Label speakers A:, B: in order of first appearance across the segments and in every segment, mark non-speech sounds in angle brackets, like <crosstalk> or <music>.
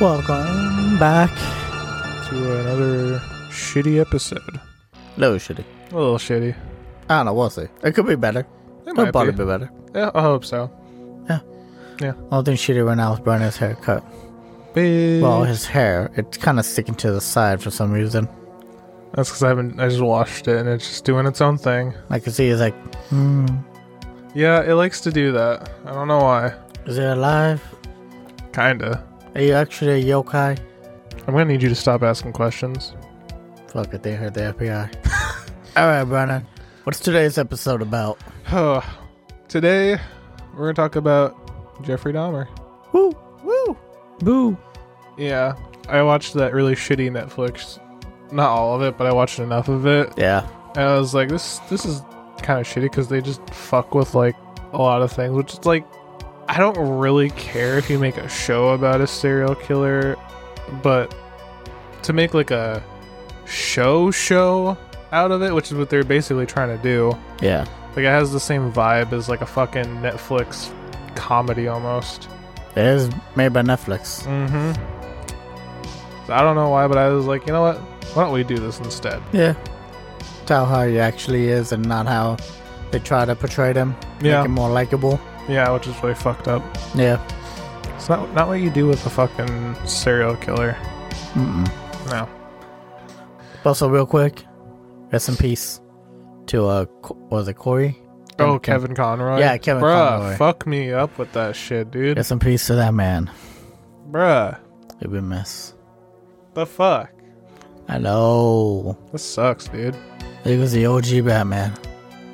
A: Welcome back to another shitty episode.
B: No shitty.
A: A little shitty.
B: I don't know. We'll see. It could be better.
A: It
B: It'll
A: might
B: probably
A: be.
B: be. better.
A: Yeah, I hope so.
B: Only thing shitty right now is Brian's haircut.
A: Big.
B: Well, his hair. It's kind of sticking to the side for some reason.
A: That's because I haven't. I just washed it and it's just doing its own thing.
B: I can see he's like, hmm,
A: Yeah, it likes to do that. I don't know why.
B: is it alive?
A: Kinda.
B: Are you actually a yokai?
A: I'm gonna need you to stop asking questions.
B: Fuck it, they heard the FBI. <laughs> All right, Brian. What's today's episode about?
A: Oh, today we're gonna talk about Jeffrey Dahmer.
B: Woo, woo, boo.
A: Yeah, I watched that really shitty Netflix. Not all of it, but I watched enough of it.
B: Yeah,
A: And I was like, this this is kind of shitty because they just fuck with like a lot of things, which is like, I don't really care if you make a show about a serial killer, but to make like a show show out of it, which is what they're basically trying to do,
B: yeah.
A: like it has the same vibe as like a fucking Netflix comedy almost.
B: It is made by Netflix.
A: Mm-hmm. So I don't know why, but I was like, you know what? Why don't we do this instead?
B: Yeah. Tell how he actually is and not how they try to portray them.
A: Yeah.
B: Make him more likable.
A: Yeah, which is really fucked up.
B: Yeah.
A: It's not not what you do with a fucking serial killer.
B: Mm-mm.
A: No.
B: Also, real quick, rest in peace to uh, Co- was it Corey?
A: Oh,
B: Duncan.
A: Kevin Conroy.
B: Yeah, Kevin
A: Bruh,
B: Conroy.
A: fuck me up with that shit, dude.
B: Rest in peace to that man.
A: Bruh,
B: It would miss.
A: the fuck.
B: I know.
A: This sucks, dude.
B: He was the OG Batman.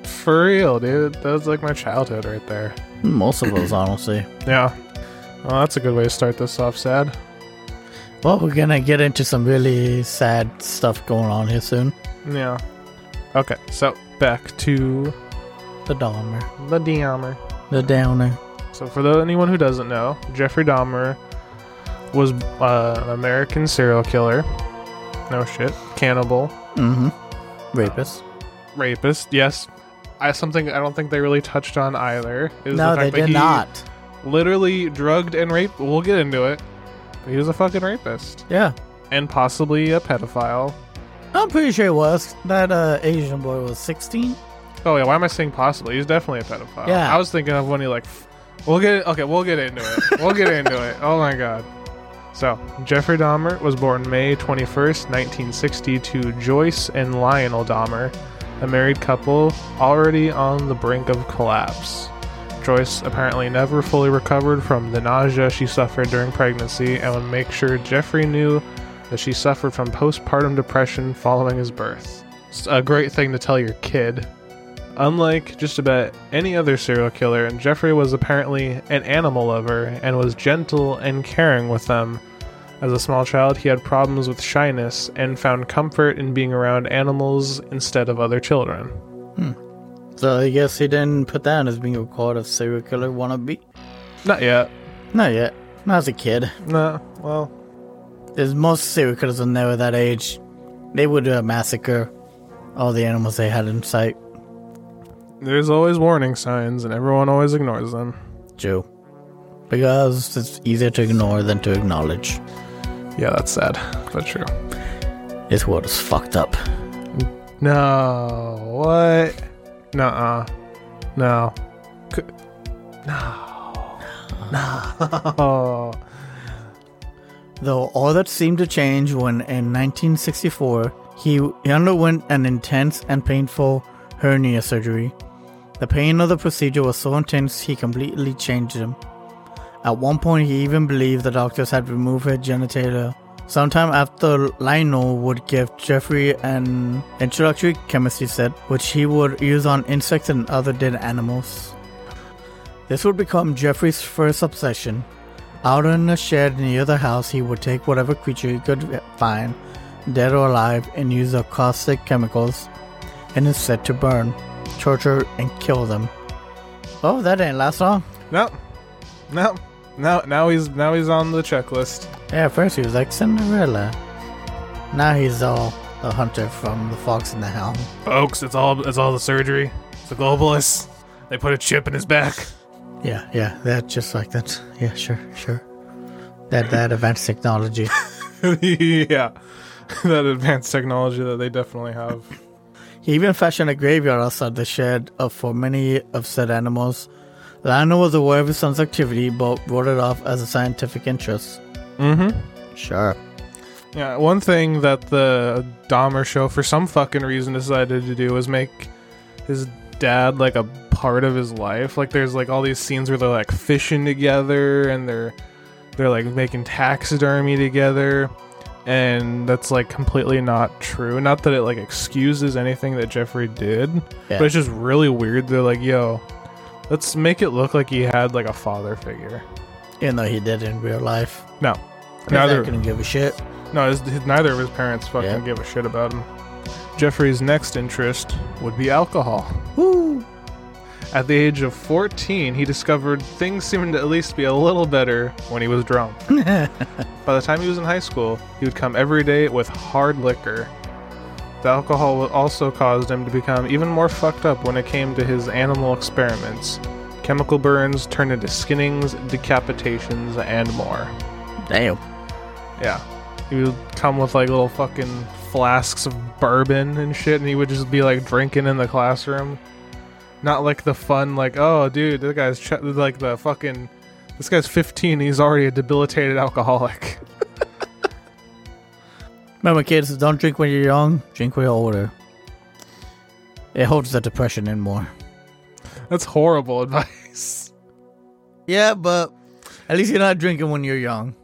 A: For real, dude. That was like my childhood right there.
B: Most of
A: <clears throat>
B: us, honestly.
A: Yeah. Well, that's a good way to start this off, sad.
B: Well, we're gonna get into some really sad stuff going on here soon.
A: Yeah. Okay, so back to
B: The Dahmer,
A: the Dahmer.
B: the Downer.
A: So, for tho- anyone who doesn't know, Jeffrey Dahmer was uh, an American serial killer. No shit. Cannibal.
B: Mm-hmm. Rapist.
A: rapist. Yes, I something I don't think they really touched on either. Is the
B: no, they
A: fact that
B: did
A: he
B: not.
A: Literally drugged and raped. We'll get into it. But he was a fucking rapist
B: Yeah.
A: and possibly a pedophile.
B: I'm pretty sure it was. That uh, Asian boy was 16.
A: Oh yeah, why am I saying possibly? He's definitely a pedophile.
B: Yeah.
A: I was thinking of when he like. f- We'll get okay. We'll get into it. We'll get into it. Oh my god. So Jeffrey Dahmer was born May 21st, 1960, to Joyce and Lionel Dahmer, a married couple already on the brink of collapse. Joyce apparently never fully recovered from the nausea she suffered during pregnancy and would make sure Jeffrey knew that she suffered from postpartum depression following his birth. It's a great thing to tell your kid. Unlike just about any other serial killer, Jeffrey was apparently an animal lover and was gentle and caring with them. As a small child, he had problems with shyness and found comfort in being around animals instead of other children.
B: So I guess he didn't put down as being a called a serial killer wannabe.
A: Not yet.
B: Not yet. Not as a kid.
A: No, well,
B: There's most serial killers when they were that age. They would uh, massacre all the animals they had in sight.
A: there's always warning signs and everyone always ignores them.
B: True. Because it's easier to ignore than to acknowledge.
A: Yeah, that's sad, but true.
B: This world is fucked up.
A: No, what? Nuh-uh. No. C- <laughs> no. No.
B: Though all that seemed to change when in 1964 he underwent an intense and painful hernia surgery. The pain of the procedure was so intense he completely changed him. At one point, he even believed the doctors had removed his genitalia. Sometime after, Lionel would give Jeffrey an introductory chemistry set, which he would use on insects and other dead animals. This would become Jeffrey's first obsession. Out in a shed near the house, he would take whatever creature he could find, dead or alive, and use the caustic chemicals in his set to burn, torture, and kill them. Oh, that didn't last long.
A: No. No. No. Now he's now he's on the checklist.
B: Yeah, at first he was like Cinderella. Now he's all the hunter from the Fox and the Hound.
A: Folks, it's all it's all the surgery. It's the globalists. They put a chip in his back.
B: Yeah, yeah, that just like that. Yeah, sure, sure. That that advanced technology.
A: <laughs> yeah, <laughs> that advanced technology that they definitely have.
B: He even fashioned a graveyard outside the shed of for many of said animals. Lionel was aware of his son's activity, but wrote it off as a scientific interest.
A: Mm-hmm.
B: Sure.
A: Yeah, one thing that the Dahmer show, for some fucking reason, decided to do was make his dad like a part of his life. Like, there's like all these scenes where they're like fishing together and they're they're like making taxidermy together, and that's like completely not true. Not that it like excuses anything that Jeffrey did,
B: Yeah.
A: but it's just really weird. They're like, yo, let's make it look like he had like a father figure.
B: Even though he did in real life.
A: No,
B: Neither.
A: neither.
B: I couldn't give a shit.
A: No, his, his- neither of his parents fucking
B: Yeah.
A: give a shit about him. Jeffrey's next interest would be alcohol.
B: Woo!
A: At the age of 14, he discovered things seemed to at least be a little better when he was drunk. By the time he was in high school, he would come every day with hard liquor. The alcohol wa- also caused him to become even more fucked up when it came to his animal experiments. Chemical burns turned into skinnings, decapitations, and more.
B: Damn.
A: Yeah. He would come with like little fucking flasks of bourbon and shit, and he would just be like drinking in the classroom. Not like the fun, like, oh, dude, this guy's ch- like the fucking. This guy's 15, he's already a debilitated alcoholic. <laughs>
B: Remember, kids, don't drink when you're young. Drink when you're older. It holds the depression in more.
A: That's horrible <laughs> advice.
B: Yeah, but at least you're not drinking when you're young.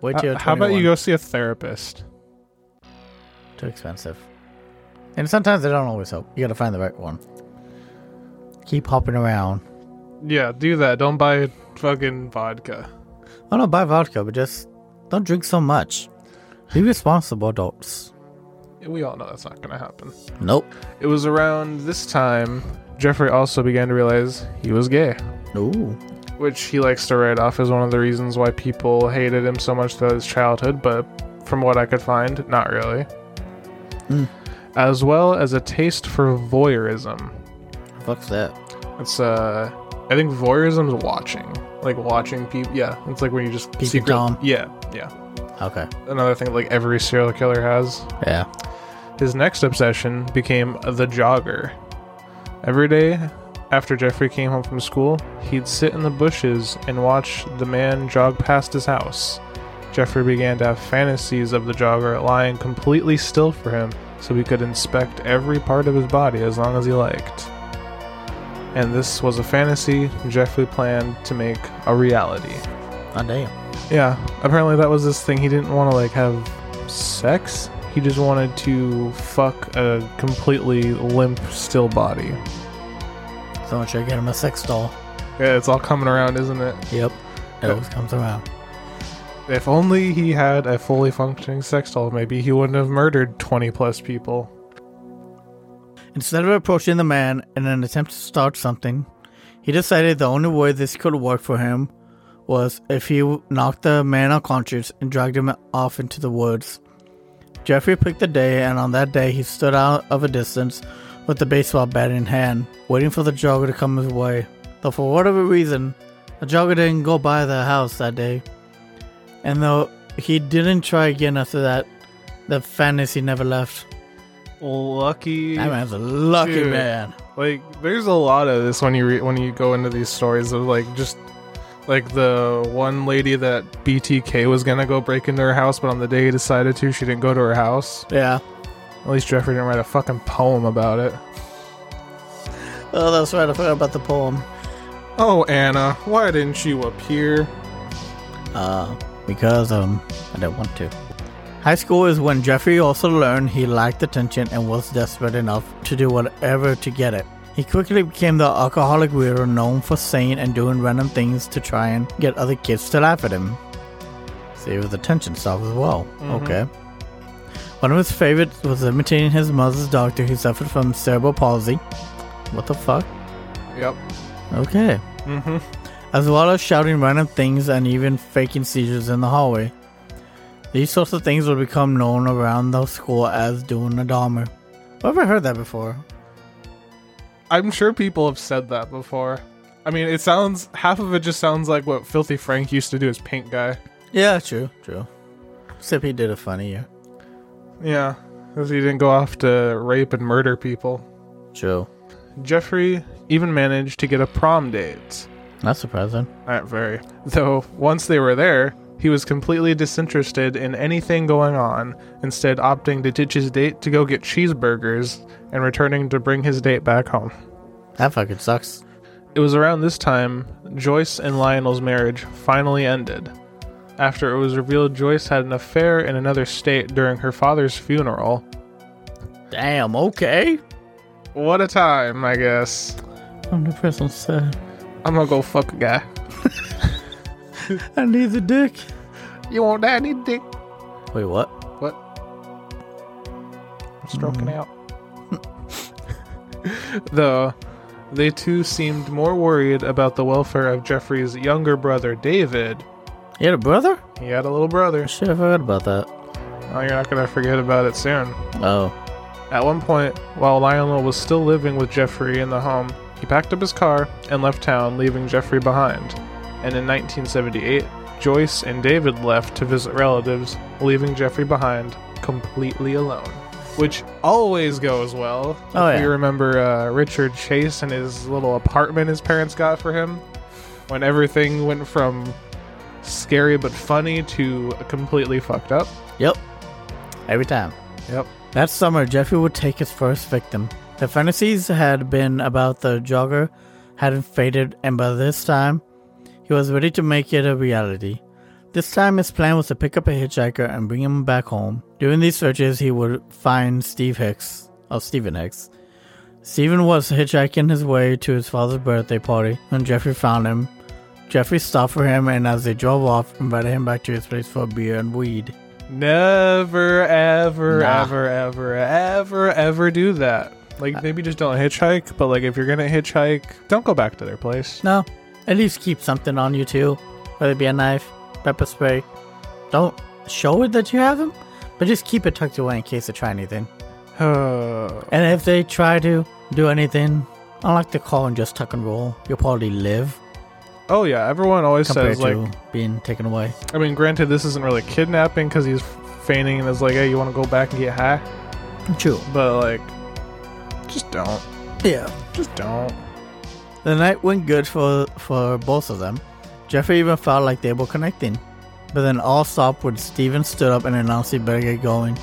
B: Wait till
A: Uh,
B: you're
A: how about you
B: 21.
A: go see a therapist?
B: Too expensive. And sometimes they don't always help. You gotta find the right one. Keep hopping around.
A: Yeah, do that. Don't buy fucking vodka.
B: Oh no, buy vodka, but just don't drink so much. Be responsible adults.
A: We all know that's not gonna happen.
B: Nope.
A: It was around this time Jeffrey also began to realize he was gay.
B: Ooh.
A: which he likes to write off as one of the reasons why people hated him so much throughout his childhood, but from what I could find, not really.
B: Hmm.
A: As well as a taste for voyeurism.
B: Fuck's that.
A: It's uh, I think voyeurism is watching, like watching people. Yeah, it's like when you just
B: Peeping Tom.
A: Yeah, yeah.
B: Okay.
A: Another thing like every serial killer has.
B: Yeah.
A: His next obsession became the jogger. Every day after Jeffrey came home from school, he'd sit in the bushes and watch the man jog past his house. Jeffrey began to have fantasies of the jogger lying completely still for him so he could inspect every part of his body as long as he liked. And this was a fantasy Jeffrey planned to make a reality.
B: Oh damn.
A: Yeah, apparently that was this thing. He didn't want to like have sex. He just wanted to fuck a completely limp, still body.
B: Someone should get him a sex doll.
A: Yeah, it's all coming around, isn't it?
B: Yep. It always comes around.
A: If only he had a fully functioning sex doll, maybe he wouldn't have murdered 20 plus people.
B: Instead of approaching the man in an attempt to start something, he decided the only way this could work for him was if he knocked the man unconscious and dragged him off into the woods. Jeffrey picked the day, and on that day, he stood out of a distance with the baseball bat in hand, waiting for the jogger to come his way. Though, for whatever reason, the jogger didn't go by the house that day. And though he didn't try again after that, the fantasy never left.
A: Lucky.
B: That man's a lucky
A: Dude.
B: man.
A: Like, there's a lot of this when you re- when you go into these stories of like just like the one lady that BTK was gonna go break into her house, but on the day he decided to, she didn't go to her house.
B: Yeah.
A: At least Jeffrey didn't write a fucking poem about it.
B: Oh, that's right. I forgot about the poem.
A: Oh, Anna, why didn't you appear?
B: Uh, because um, I don't want to. High school is when Jeffrey also learned he lacked attention and was desperate enough to do whatever to get it. He quickly became the alcoholic weirdo known for saying and doing random things to try and get other kids to laugh at him. So he was attention starved as well. Okay. One of his favorites was imitating his mother's doctor who suffered from cerebral palsy. What the fuck?
A: Yep.
B: Okay.
A: Mm-hmm.
B: as well as shouting random things and even faking seizures in the hallway. These sorts of things would become known around the school as doing a Dahmer. I've ever heard that before.
A: I'm sure people have said that before. I mean, it sounds half of it just sounds like what Filthy Frank used to do as Pink Guy.
B: Yeah, true, true. Except he did a funny uh, year.
A: Yeah, because he didn't go off to rape and murder people.
B: True.
A: Jeffrey even managed to get a prom date.
B: Not surprising.
A: Not very. Though, once they were there, he was completely disinterested in anything going on, instead, opting to ditch his date to go get cheeseburgers and returning to bring his date back home.
B: That fucking sucks.
A: It was around this time Joyce and Lionel's marriage finally ended. After it was revealed Joyce had an affair in another state during her father's funeral.
B: Damn, okay.
A: What a time, I guess.
B: I'm depressed and sad.
A: I'm gonna go fuck a guy.
B: I need the dick.
A: You want that? Need dick?
B: Wait, what?
A: What? Mm. I'm stroking <laughs> out. Though, they too seemed more worried about the welfare of Jeffrey's younger brother, David.
B: You had a brother?
A: He had a little brother.
B: Shit, I forgot about that.
A: Oh, you're not gonna forget about it soon.
B: Oh.
A: At one point, while Lionel was still living with Jeffrey in the home, he packed up his car and left town, leaving Jeffrey behind. And in 1978, Joyce and David left to visit relatives, leaving Jeffrey behind completely alone. Which always goes well.
B: Oh,
A: if
B: yeah.
A: You remember uh, Richard Chase and his little apartment his parents got for him? When everything went from scary but funny to completely fucked up.
B: Yep. Every time.
A: Yep.
B: That summer, Jeffrey would take his first victim. The fantasies had been about the jogger hadn't faded, and by this time, he was ready to make it a reality. This time, his plan was to pick up a hitchhiker and bring him back home. During these searches, he would find Steve Hicks, or Stephen Hicks. Stephen was hitchhiking his way to his father's birthday party when Jeffrey found him. Jeffrey stopped for him, and as they drove off, invited him back to his place for beer and weed.
A: Never, ever,
B: Nah. Uh,
A: ever, ever, ever, ever do that. Like, maybe just don't hitchhike, but like, if you're gonna hitchhike, don't go back to their place. <sighs>
B: No, at least keep something on you too, whether it be a knife, pepper spray. Don't show it that you have them, but just keep it tucked away in case they try anything.
A: Oh,
B: And if they try to do anything, I like to call and just tuck and roll. You'll probably live
A: oh, yeah, everyone always
B: compared
A: says, like,
B: to being taken away.
A: I mean, granted, this isn't really kidnapping because he's feigning and is like, hey, you wanna go back and get high?
B: True.
A: But like, just don't.
B: Yeah.
A: Just don't.
B: The night went good for for both of them. Jeffrey even felt like they were connecting. But then all stopped when Steven stood up and announced he better get going.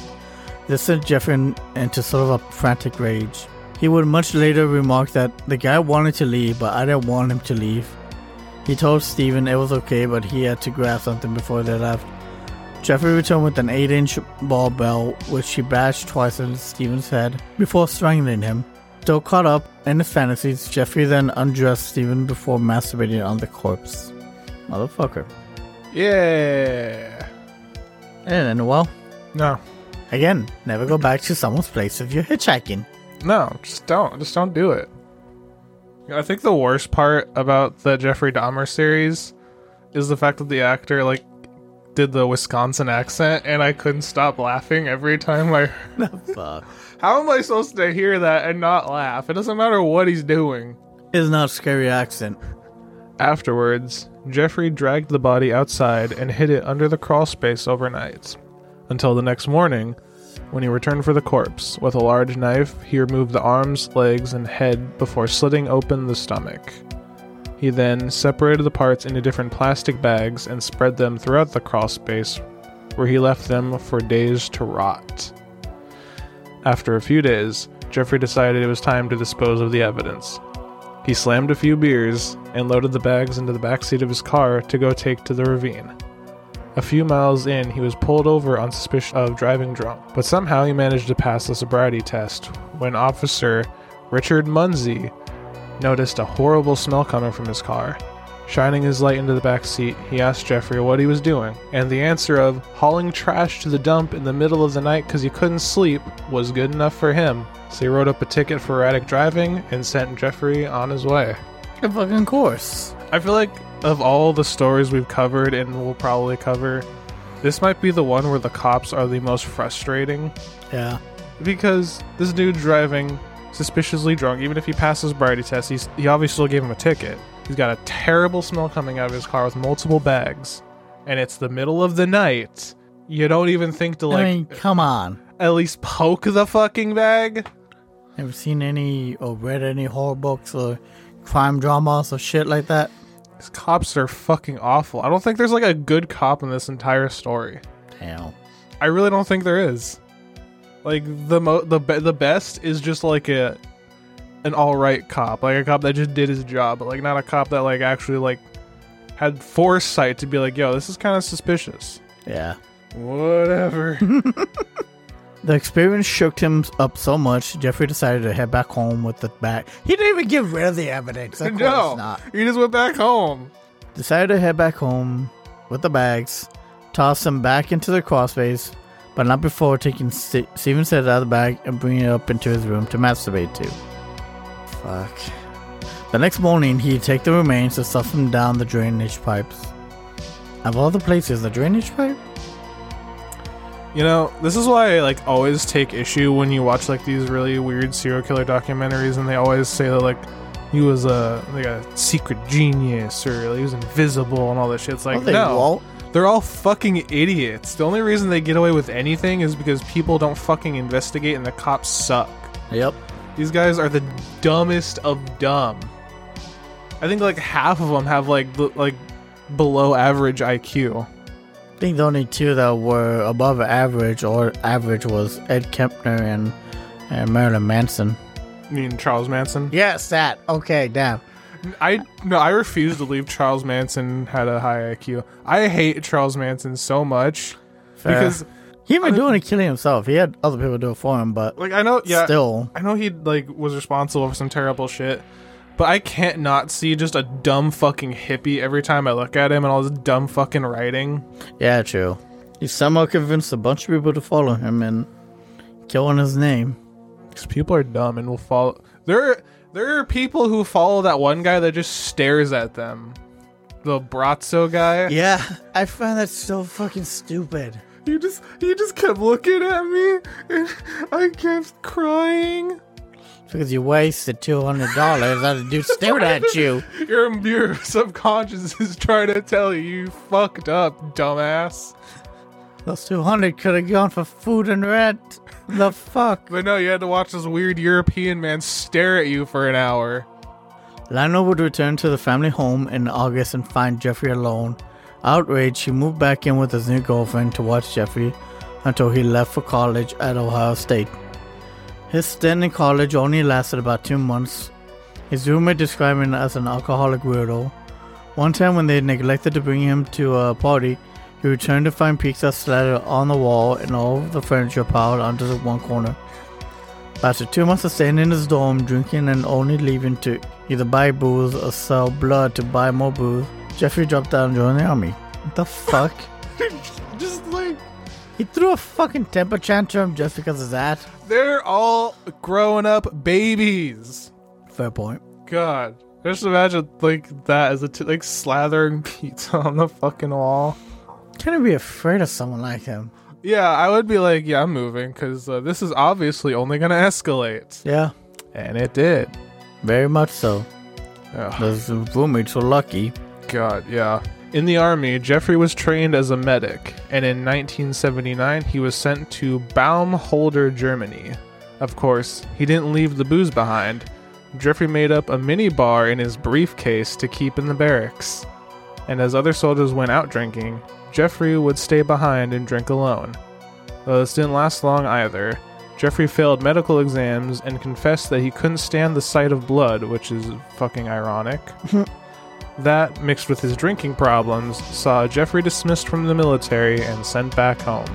B: This sent Jeffrey in- into sort of a frantic rage. He would much later remark that the guy wanted to leave, but I didn't want him to leave. He told Steven it was okay, but he had to grab something before they left. Jeffrey returned with an 8 inch ball bell, which he bashed twice into Steven's head before strangling him. Still caught up in his fantasies, Jeffrey then undressed Steven before masturbating on the corpse. Motherfucker.
A: Yeah.
B: And well,
A: No.
B: again, never go back to someone's place if you're hitchhiking.
A: No, just don't. Just don't do it. I think the worst part about the Jeffrey Dahmer series is the fact that the actor like did the Wisconsin accent, and I couldn't stop laughing every time. I
B: <laughs>
A: <laughs>
B: Fuck.
A: how am I supposed to hear that and not laugh? It doesn't matter what he's doing.
B: It's not a scary accent.
A: Afterwards, Jeffrey dragged the body outside and hid it under the crawl space overnight. Until the next morning, when he returned for the corpse, with a large knife, he removed the arms, legs, and head before slitting open the stomach. He then separated the parts into different plastic bags and spread them throughout the crawl space, where he left them for days to rot. After a few days, Jeffrey decided it was time to dispose of the evidence. He slammed a few beers and loaded the bags into the backseat of his car to go take to the ravine. A few miles in, he was pulled over on suspicion of driving drunk, but somehow he managed to pass the sobriety test when Officer Richard Munsey noticed a horrible smell coming from his car. Shining his light into the back seat, he asked Jeffrey what he was doing, and the answer of hauling trash to the dump in the middle of the night because he couldn't sleep was good enough for him. So he wrote up a ticket for erratic driving and sent Jeffrey on his way.
B: A fucking course.
A: I feel like of all the stories we've covered and we'll probably cover, this might be the one where the cops are the most frustrating
B: Yeah.
A: because this dude's driving suspiciously drunk. Even if he passes sobriety test, he's, he obviously still gave him a ticket. He's got a terrible smell coming out of his car with multiple bags. and it's the middle of the night, you don't even think to like
B: I mean, come on.
A: at least poke the fucking bag.
B: Never seen any or read any horror books or crime dramas or shit like that.
A: These cops are fucking awful. I don't think there's like a good cop in this entire story.
B: Damn.
A: I really don't think there is. Like the mo- the be- the best is just like a an all right cop, like a cop that just did his job, but like not a cop that like actually like had foresight to be like, yo, this is kind of suspicious.
B: Yeah.
A: Whatever.
B: The experience shook him up so much, Jeffrey decided to head back home with the bag. He didn't even get rid of the
A: <laughs>
B: evidence. <laughs> Of
A: no,
B: course not.
A: you just went back home.
B: Decided to head back home with the bags, toss them back into the crawlspace, but not before taking St- Steven's head out of the bag and bringing it up into his room to masturbate to. Fuck. The next morning, he'd take the remains and stuff them down the drainage pipes. Of all the places, the drainage pipe?
A: You know, this is why I like always take issue when you watch like these really weird serial killer documentaries, and they always say that like he was a like a secret genius or like, he was invisible and all this shit. It's like
B: oh, they
A: no,
B: won't.
A: they're all fucking idiots. The only reason they get away with anything is because people don't fucking investigate, and the cops suck.
B: Yep.
A: These guys are the dumbest of dumb. I think like half of them have like bl- like below average IQ.
B: I think the only two that were above average or average was Ed Kempner and, and Marilyn Manson.
A: I mean Charles Manson.
B: Yes, that. Okay, damn.
A: I no, I refuse to believe Charles Manson had a high IQ. I hate Charles Manson so much
B: Fair.
A: because
B: He didn't do any killing himself. He had other people do it for him, but
A: like I know yeah
B: still.
A: I know he like was responsible for some terrible shit, but I can't not see just a dumb fucking hippie every time I look at him and all this dumb fucking writing.
B: Yeah, true. He somehow convinced a bunch of people to follow him and killing his name.
A: Because people are dumb and will follow. There, are- there are people who follow that one guy that just stares at them. The Brazzo guy.
B: Yeah, I find that so fucking stupid.
A: He just he just kept looking at me, and I kept crying.
B: Because you wasted two hundred dollars on a dude staring at <laughs> you.
A: Your, your subconscious <laughs> is trying to tell you you fucked up, dumbass.
B: Those two hundred could have gone for food and rent. The fuck.
A: But no, you had to watch this weird European man stare at you for an hour.
B: Lionel would return to the family home in August and find Jeffrey alone. Outraged, he moved back in with his new girlfriend to watch Jeffrey until he left for college at Ohio State. His stint in college only lasted about two months. His roommate described him as an alcoholic weirdo. One time, when they neglected to bring him to a party, he returned to find pizza slattered on the wall and all of the furniture piled onto the one corner. After two months of staying in his dorm, drinking and only leaving to either buy booze or sell blood to buy more booze, Jeffrey dropped out and joined the army. What the <laughs> fuck?
A: <laughs> just like
B: he threw a fucking temper tantrum just because of that.
A: they're all grown up babies.
B: Fair point.
A: God, just imagine like that as a t- like slathering <laughs> pizza on the fucking wall.
B: Kind of be afraid of someone like him.
A: Yeah, I would be like, yeah, I'm moving because uh, this is obviously only gonna escalate,
B: Yeah,
A: and it did.
B: very much so.
A: Ugh.
B: Those roommates were lucky.
A: God, yeah. In the army, Jeffrey was trained as a medic, and in 1979 he was sent to Baumholder, Germany. Of course, he didn't leave the booze behind. Jeffrey made up a mini bar in his briefcase to keep in the barracks. And as other soldiers went out drinking, Jeffrey would stay behind and drink alone. Though this didn't last long either. Jeffrey failed medical exams and confessed that he couldn't stand the sight of blood, which is fucking ironic. That, mixed with his drinking problems, saw Jeffrey dismissed from the military and sent back home.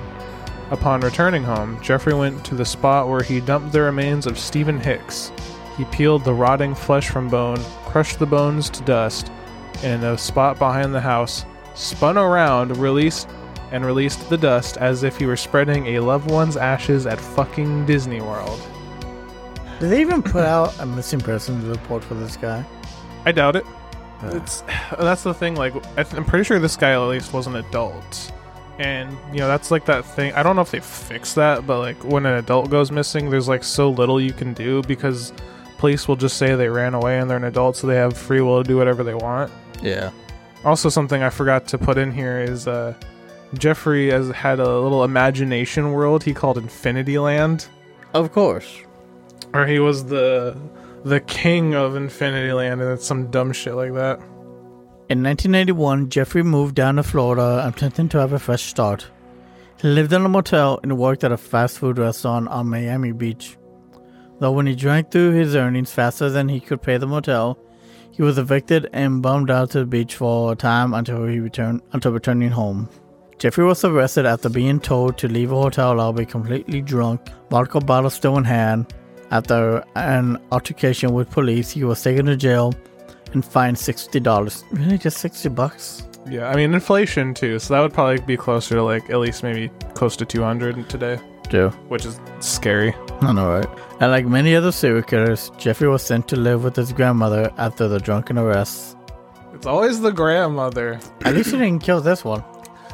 A: Upon returning home, Jeffrey went to the spot where he dumped the remains of Stephen Hicks. He peeled the rotting flesh from bone, crushed the bones to dust, and in a spot behind the house, spun around, released, and released the dust as if he were spreading a loved one's ashes at fucking Disney World.
B: Did they even <laughs> put out a missing persons report for this guy?
A: I doubt it.
B: Yeah.
A: It's <sighs> that's the thing. Like, I th- I'm pretty sure this guy at least was an adult, and you know that's like that thing. I don't know if they fix that, but like when an adult goes missing, there's like so little you can do because police will just say they ran away and they're an adult, so they have free will to do whatever they want.
B: Yeah.
A: Also, something I forgot to put in here is uh, Jeffrey has had a little imagination world he called Infinity Land,
B: Of course.
A: where he was the the king of Infinity Land, and it's some dumb shit like that.
B: In 1991, Jeffrey moved down to Florida, attempting to have a fresh start. He lived in a motel and worked at a fast food restaurant on Miami Beach. Though when he drank through his earnings faster than he could pay the motel, he was evicted and bummed out to the beach for a time until he returned until returning home. Jeffrey was arrested after being told to leave a hotel lobby completely drunk, vodka bottle still in hand. After an altercation with police, he was taken to jail and fined sixty dollars. Really, just sixty bucks?
A: Yeah, I mean inflation too, so that would probably be closer to like at least maybe close to 200 today,
B: Yeah,
A: which is scary.
B: I know, right? And like many other serial killers, Jeffrey was sent to live with his grandmother after the drunken arrests.
A: It's always the grandmother.
B: At least he didn't kill this one,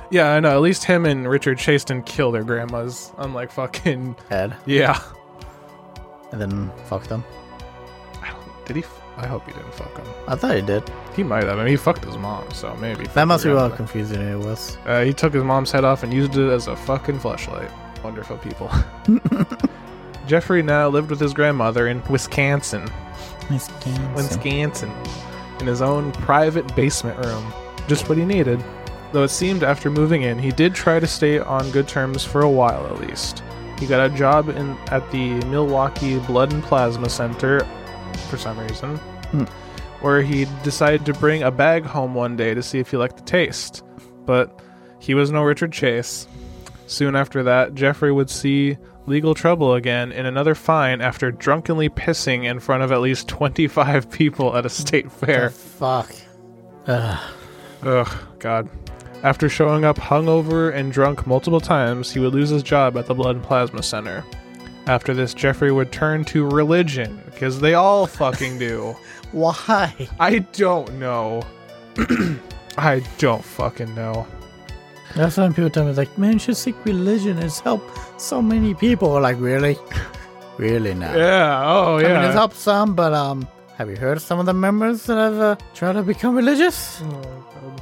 A: Yeah, I know. At least him and Richard Chaston kill their grandmas. Unlike fucking <laughs>
B: Ed,
A: yeah.
B: and then fuck them.
A: I don't- Did he? F- I hope he didn't fuck him.
B: I thought he did.
A: He might have. I mean, he fucked his mom, so maybe.
B: That must be
A: welcome.
B: how confusing it was.
A: Uh, he took his mom's head off and used it as a fucking flashlight. Wonderful
B: <laughs>
A: people. Jeffrey now lived with his grandmother in Wisconsin,
B: Miss Ganson.
A: Wisconsin, in his own private basement room. Just what he needed. Though it seemed after moving in, he did try to stay on good terms for a while at least. He got a job in at the Milwaukee Blood and Plasma Center for some reason,
B: Hmm.
A: where he decided to bring a bag home one day to see if he liked the taste. But he was no Richard Chase. Soon after that, Jeffrey would see legal trouble again and another fine after drunkenly pissing in front of at least 25 people at a state fair.
B: Fuck. Ugh.
A: Ugh, God. After showing up hungover and drunk multiple times, he would lose his job at the Blood and Plasma Center. After this, Jeffrey would turn to religion, because they all fucking do.
B: Why?
A: I don't know. <clears throat> I don't fucking know.
B: That's when people tell me like, man, you should seek religion. It's helped so many people. Like, really? <laughs> really not.
A: Yeah, oh
B: I mean, it's
A: yeah.
B: helped some, but um, have you heard of some of the members that have uh, tried to become religious?
A: Oh,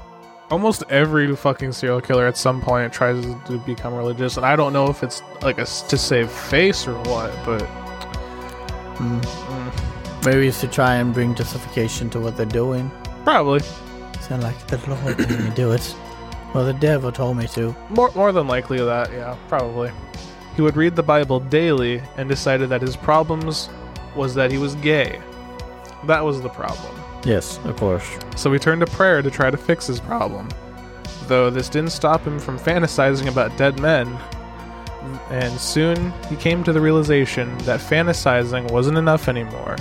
A: Almost every fucking serial killer at some point tries to become religious, and I don't know if it's like a s to save face or what, but
B: Maybe it's to try and bring justification to what they're doing.
A: probably.
B: Sound like the Lord made me do it, or the devil told me to.
A: More, more than likely that, yeah, probably. He would read the Bible daily and decided that his problems was that he was gay. That was the problem.
B: Yes, of course.
A: So he turned to prayer to try to fix his problem. Though this didn't stop him from fantasizing about dead men, and soon he came to the realization that fantasizing wasn't enough anymore.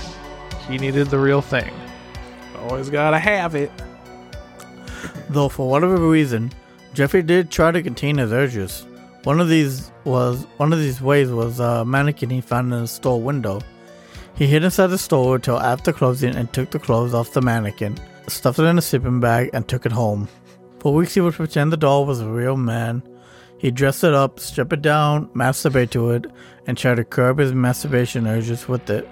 A: He needed the real thing. Always gotta have it.
B: Though for whatever reason, Jeffrey did try to contain his urges. One of these was one of these ways was a mannequin he found in a store window. He hid inside the store till after closing and took the clothes off the mannequin, stuffed it in a sleeping bag, and took it home. For weeks he would pretend the doll was a real man. He dressed it up, strip it down, masturbate to it, and try to curb his masturbation urges with it.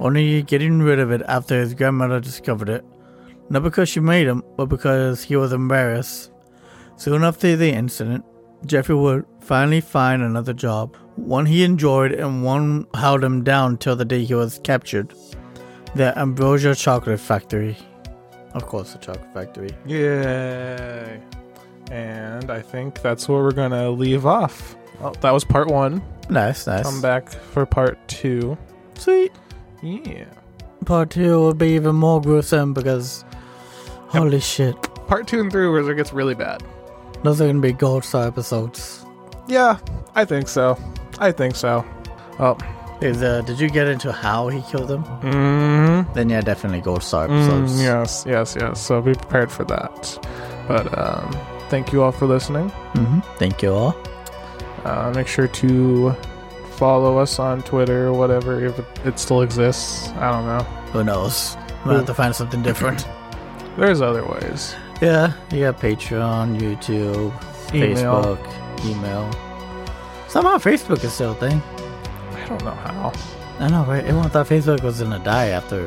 B: Only getting rid of it after his grandmother discovered it not because she made him, but because he was embarrassed. Soon after the incident, Jeffrey would finally find another job, one he enjoyed and one held him down till the day he was captured. The Ambrosia Chocolate Factory. Of course, the chocolate factory.
A: Yay. And I think that's where we're gonna leave off. Oh, that was part one.
B: Nice, nice.
A: Come back for part two.
B: Sweet.
A: Yeah.
B: Part two will be even more gruesome because, holy shit,
A: Part two and three where it gets really bad.
B: those are gonna be gold star episodes.
A: Yeah, I think so. I think so. Oh.
B: Is uh, did you get into how he killed him?
A: Mm-hmm.
B: Then yeah, definitely gold star
A: Mm,
B: episodes.
A: yes, yes, yes. So be prepared for that. But um, thank you all for listening.
B: hmm Thank you all.
A: Uh, make sure to follow us on Twitter or whatever if it, it still exists. I don't know.
B: Who knows? Hmm. We'll have to find something different.
A: There's other ways.
B: <laughs> yeah, you got Patreon, YouTube,
A: Email.
B: Facebook, email. Somehow Facebook is still a thing.
A: I don't know how.
B: I know, right? Everyone thought Facebook was gonna die after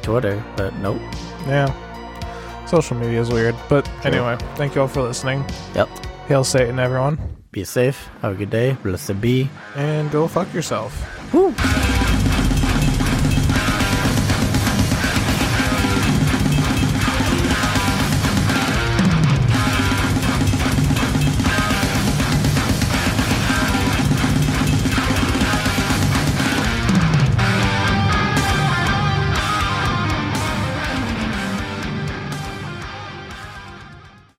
B: Twitter, but nope.
A: Yeah. Social media is weird. But anyway, thank you all for listening.
B: Yep.
A: Hail Satan, everyone.
B: Be safe. Have a good day. Blessed be.
A: And go fuck yourself.
B: Woo.